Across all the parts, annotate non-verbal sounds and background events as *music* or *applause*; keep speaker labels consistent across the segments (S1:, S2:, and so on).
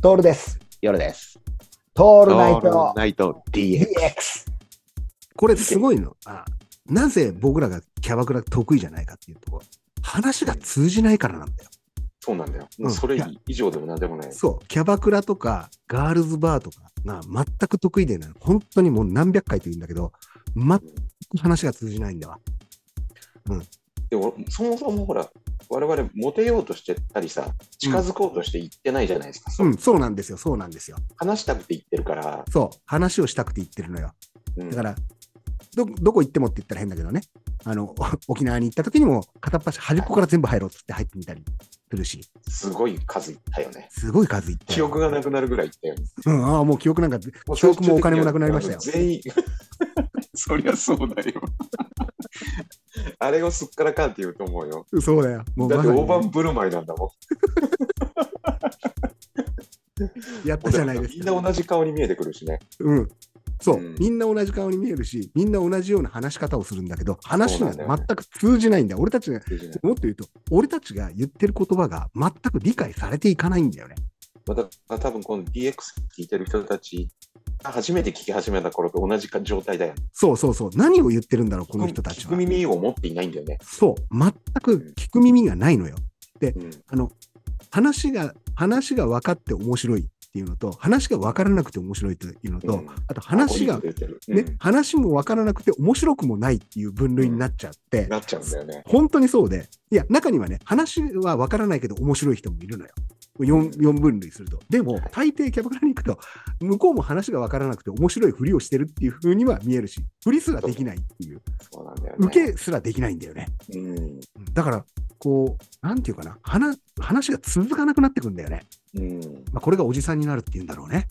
S1: トールです。
S2: 夜です。
S1: ト
S2: オ
S1: ールナイト
S2: ナイト DX。
S1: DX。
S3: これすごいのは、なぜ僕らがキャバクラ得意じゃないかっていうと、話が通じないからなんだよ。
S4: そうなんだよ。
S3: うん
S4: もうそれ以上でも何でもない。
S3: そう、キャバクラとかガールズバーとかが全く得意でない。本当にもう何百回と言うんだけど、全く話が通じないんだわ。、
S4: でもそもそもほら、我々モテようとしてたりさ、近づこうとして行ってないじゃないですか。そううん
S3: そうなんですよ、そうなんですよ。
S4: 話したくて行ってるから。
S3: そう、話をしたくて言ってるのよ。
S4: うん
S3: だから、ど、どこ行ってもって言ったら変だけどね。あの、 *laughs* 沖縄に行った時にも片っ端端っこから全部入ろうっつって入ってみたりするし、
S4: すごい数行ったよね。
S3: すごい数行って。
S4: 記憶がなくなるぐらい行ったよね。
S3: うん、ああ、もう記憶なんか、記
S4: う
S3: 憶もお金もなくなりましたよ。
S4: 全員。 *laughs* そりゃそうだよ。あれをすっからかんって言うと思うよ。
S3: そうだよ。もう
S4: だ
S3: ま
S4: って
S3: さに
S4: 大盤振る舞いなんだもん。
S3: やったじゃないです
S4: みん
S3: か。
S4: な同じ顔に見えてくるし
S3: *laughs*
S4: ね。
S3: うん。そう、
S4: うん
S3: みんな同じ顔に見えるし、みんな同じような話し方をするんだけど、話が
S4: そ
S3: 全
S4: うなんだよね
S3: く通じないんだよ。俺たちが、
S4: ま
S3: もっと言うと、俺たちが言ってる言葉が全く理解されていかないんだよね。
S4: た多分この DX 聞いてる人たち、初めて聞き始めた頃と同じか状態だよね
S3: そうそうそう。何を言ってるんだろう、この人たち
S4: 聞
S3: は
S4: く。耳を持っていないんだよね。
S3: そう、全く聞く耳がないのよ。
S4: うん
S3: あの、話が、話が分かって面白いっていうのと、話が分からなくて面白いというのと、
S4: うん
S3: あと話が
S4: アコギ、と言ってる
S3: ね、
S4: うん
S3: 話も分からなくて面白くもないっていう分類になっちゃって、
S4: なっちゃうんだよね。
S3: 本当にそうで、いや、中にはね、話は分からないけど面白い人もいるのよ。4, 4分類すると。でも、大抵キャバクラに行くと、向こうも話が分からなくて面白いふりをしてるっていう風には見えるし、ふりすらできないっていう、
S4: そうなんだよね。
S3: 受けすらできないんだよね。
S4: うん。
S3: だから、こう、なんていうかな、話話が続かなくなってくんだよね。
S4: うん。
S3: まあ、これがおじさんになるっていうんだろうね。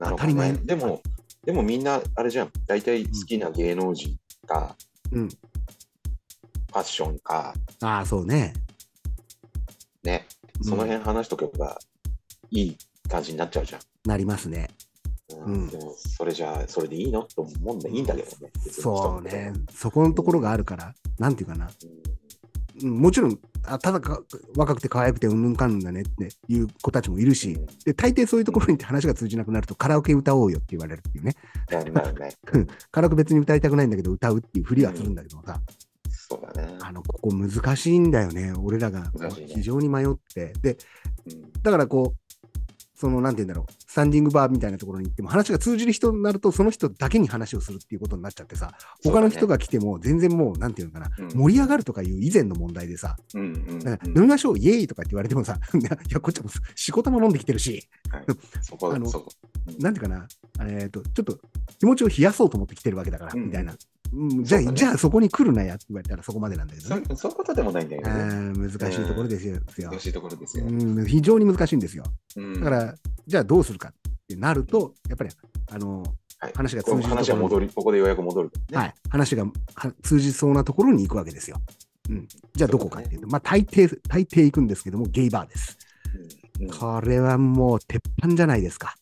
S4: な
S3: 当
S4: るほ
S3: た
S4: ど
S3: り前
S4: ね。でも、でもみんな、あれじゃん、大体好きな芸能人か、
S3: うん。
S4: ファッションか、
S3: ああ、そうね。
S4: ね、
S3: うん
S4: その辺話しとけばいい感じになっちゃうじゃん。
S3: なりますね。
S4: うん
S3: うん
S4: でも、それじゃあ、それでいいのと思うんだいいんだけどね。別に
S3: そうね。そこのところがあるから、なんていうかな。
S4: 人って
S3: うんもちろん、あただか若くて可愛くてうんぬんかんぬんだねっていう子たちもいる
S4: うん
S3: し、で大抵そういうところに行って話が通じなくなると、カラオケ歌おうよって言われるっていうね、
S4: なるなるね。
S3: カラオケ別に歌いたくないんだけど、歌うっていうふりはするんだけどさ、
S4: そうだね。
S3: *laughs* あのここ難しいんだよね、俺らが
S4: 難しいね
S3: 非常に迷って、で
S4: うん
S3: だからこう、そのなんて言うんだろう、スタンディングバーみたいなところに行っても、話が通じる人になると、その人だけに話をするっていうことになっちゃってさ、他の人が来ても、全然もう、なんていうのかな、
S4: うん
S3: 盛り上がるとかいう以前の問題でさ、
S4: うんうん
S3: だから
S4: う
S3: 飲
S4: ん
S3: みましょう、イエーイとかって言われてもさ、 *laughs* いや、こっちも仕事も飲んできてるし、
S4: そこ
S3: あの
S4: そこ。うん
S3: なんていうかな、えっ、と、ちょっと気持ちを冷やそうと思ってきてるわけだから、
S4: うん
S3: みたいな。うんじゃあ、
S4: そうだね
S3: じゃあそこに来るなやって言われたらそこまでなんだけどね。
S4: そそういうことでもないんだよ
S3: あ
S4: ね。
S3: ー難しいところですよ。
S4: 難しいところですよ。
S3: うん、非常に難しいんですよ。
S4: だ
S3: だか、ら、じゃあどうするかってなると、やっぱり、あの、
S4: はい
S3: 話が
S4: こ
S3: 通
S4: の
S3: じる
S4: 話
S3: ところ
S4: は
S3: に
S4: 戻り、ここでようやく戻る。ね
S3: はい、話がは通じそうなところに行くわけですよ。うん、じゃあどこかっていうと、まあ大抵、大抵行くんですけども、ゲイバーです。
S4: うんうん
S3: これはもう鉄板じゃないですか。